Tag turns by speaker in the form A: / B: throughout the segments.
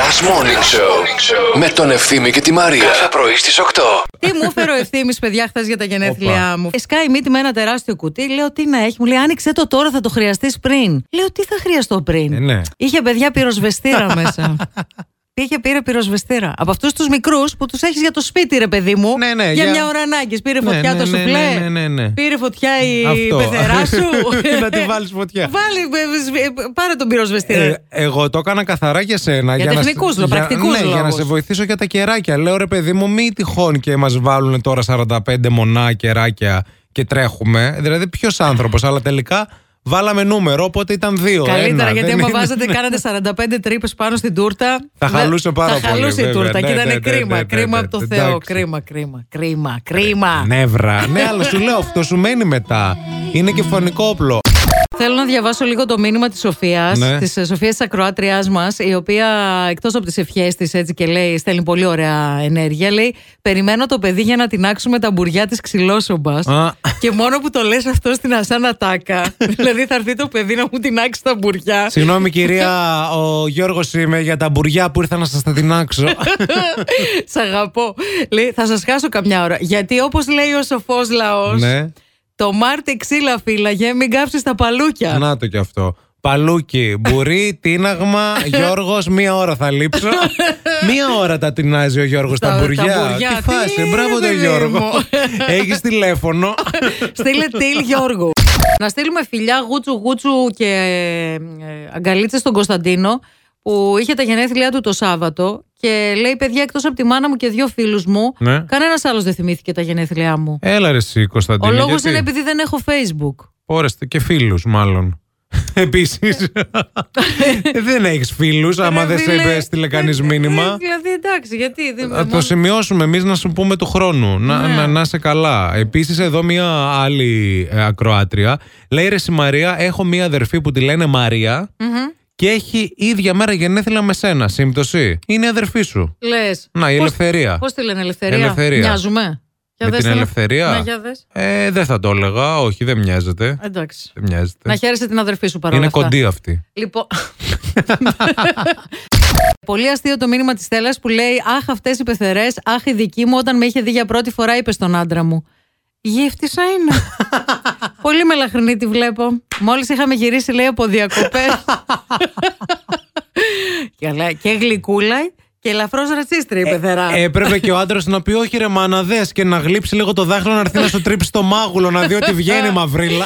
A: Last Morning Show με τον Ευθύμη και τη Μαρία. Κάθε πρωί στις 8.
B: Τι μου έφερε ο ευθύνη, παιδιά, χθες για τα γενέθλιά
C: Οπα.
B: μου. Ε, Σκάει η μύτη με ένα τεράστιο κουτί. Λέω τι να έχει. Μου λέει Άνοιξε το τώρα, θα το χρειαστείς πριν. Λέω τι θα χρειαστώ πριν.
C: Ε, ναι.
B: Είχε παιδιά πυροσβεστήρα μέσα. Τι είχε πήρε πυροσβεστήρα. Από αυτούς τους μικρούς που τους έχεις για το σπίτι, ρε παιδί μου.
C: Ναι, ναι,
B: για,
C: για-
B: μια ώρα ανάγκης. Πήρε
C: Ναι,
B: φωτιά
C: ναι,
B: το
C: ναι,
B: σουφλέ.
C: ναι, ναι, ναι, ναι.
B: Πήρε φωτιά η
C: Αυτό.
B: πεθερά σου.
C: Να τη βάλεις φωτιά.
B: Βάλει, ε, σβ- ε, πάρε τον πυροσβεστήρα.
C: Ε, εγώ το έκανα καθαρά για σένα.
B: Για
C: να σε-
B: τεχνικούς
C: για-
B: πρακτικούς
C: Ναι, για να
B: λόγους.
C: σε βοηθήσω για τα κεράκια. Λέω ρε παιδί μου, μη τυχόν και μας βάλουν τώρα 45 μονά κεράκια και τρέχουμε. Δηλαδή, ποιος άνθρωπος, αλλά τελικά βάλαμε νούμερο, οπότε ήταν δύο.
B: Καλύτερα,
C: ένα.
B: γιατί
C: Δεν
B: άμα
C: είναι-
B: βάζατε, κάνατε 45 τρύπες πάνω στην τούρτα.
C: Θα
B: δεν-
C: χαλούσε πάρα
B: Θα
C: πολύ,
B: χαλούσε η
C: βέβαια.
B: τούρτα και
C: Ναι, ναι,
B: ήταν
C: ναι,
B: κρίμα.
C: ναι, ναι,
B: κρίμα
C: ναι,
B: από το
C: ναι,
B: Θεό.
C: εντάξει.
B: Κρίμα, κρίμα, κρίμα, κρίμα.
C: Νεύρα. ναι, αλλά σου λέω, αυτό σου μένει μετά. Είναι και φωνικό όπλο.
B: Θέλω να διαβάσω λίγο το μήνυμα της Σοφίας,
C: Ναι.
B: της Σοφίας της Ακροάτριάς μας, η οποία εκτός από τις ευχές της έτσι και λέει, στέλνει πολύ ωραία ενέργεια. Λέει: Περιμένω το παιδί για να τεινάξουμε τα μπουριά της ξυλόσομπας.
C: Α.
B: και μόνο που το λες αυτό στην Ασάνα Τάκα. δηλαδή θα έρθει το παιδί να μου τεινάξει τα μπουριά.
C: Συγγνώμη, κυρία, ο Γιώργος είμαι για τα μπουριά που ήρθα να σας τα τεινάξω.
B: Σ' αγαπώ. Λέει, θα σας χάσω καμιά ώρα. Γιατί όπως λέει ο σοφός λαός,
C: ναι.
B: το Μάρτι ξύλα φύλαγε, μην κάψεις τα παλούκια.
C: Να το κι αυτό. Παλούκι, μπουρί, τίναγμα, Γιώργος, μία ώρα θα λείψω. μία ώρα τα τεινάζει ο Γιώργος
B: Τα-
C: τα,
B: τα
C: μπουριά.
B: μπουριά.
C: Τι φάση,
B: Τι,
C: μπράβο
B: ρε
C: τον
B: παιδί μου.
C: Γιώργο. Έχεις τηλέφωνο.
B: Στείλε τίλ Γιώργου. Να στείλουμε φιλιά γούτσου γούτσου και ε, αγκαλίτσες στον Κωνσταντίνο που είχε τα γενέθλιά του το Σάββατο και λέει παιδιά εκτός από τη μάνα μου και δύο φίλους μου
C: Ναι.
B: κανένας άλλος δεν θυμήθηκε τα γενέθλιά μου.
C: Έλα ρε εσύ,
B: Ο
C: Κωνσταντίνε.
B: λόγος
C: γιατί?
B: είναι επειδή δεν έχω facebook.
C: Πόρεστε και φίλους, μάλλον. Επίσης. δεν έχεις φίλους, άμα
B: Ρε
C: δεν σε
B: φίλε,
C: έστειλε κανείς
B: ε, ε,
C: μήνυμα.
B: Δηλαδή εντάξει γιατί. δεν-
C: Θα το
B: μόνο-
C: σημειώσουμε εμείς να σου πούμε του χρόνου. Να,
B: Ναι.
C: να, να είσαι καλά. Επίσης, εδώ μία άλλη ε, ακροάτρια. Λέει ρε «Συ Μαρία, έχω μία αδερφή που τη λένε Μαρία
B: Μμμ.
C: και έχει ίδια μέρα γενέθλια με σένα. Σύμπτωση. Είναι η αδερφή σου.
B: Λες.
C: Να, η ελευθερία.
B: Πώς τη λένε, Ελευθερία.
C: Ελευθερία.
B: Μοιάζουμε. Για
C: με
B: δες
C: την
B: την-
C: ελευθερία.
B: Ναι, για δες.
C: Ε, δεν θα το έλεγα. Όχι, δεν μοιάζεται.
B: Εντάξει.
C: Δεν μοιάζεται.
B: Να χαίρεσαι την αδερφή σου παρόλα
C: Ε, Είναι
B: αυτά.
C: κοντή αυτή.
B: Λοιπόν. Πολύ αστείο το μήνυμα της Στέλλας που λέει Αχ, αυτές οι πεθερές, αχ, η δική μου όταν με είχε δει για πρώτη φορά, είπε στον άντρα μου. Γύφτησα είναι. Πολύ μελαχρινή τη βλέπω. Μόλις είχαμε γυρίσει, λέει, από διακοπές. και γλυκούλα και ελαφρώς ρατσίστρια η
C: Ε,
B: πεθερά.
C: Έπρεπε και ο άντρας να πει: Όχι, ρε, μα να δες και να γλύψει λίγο το δάχτυλο να έρθει να σου τρίψει το μάγουλο, να δει ότι βγαίνει μαυρίλα.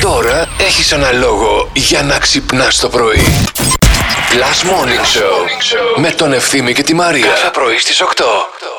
A: Τώρα έχεις ένα λόγο για να ξυπνάς το πρωί. Last Morning Show με τον Ευθύμη και τη Μαρία. Κάθε πρωί στις 8.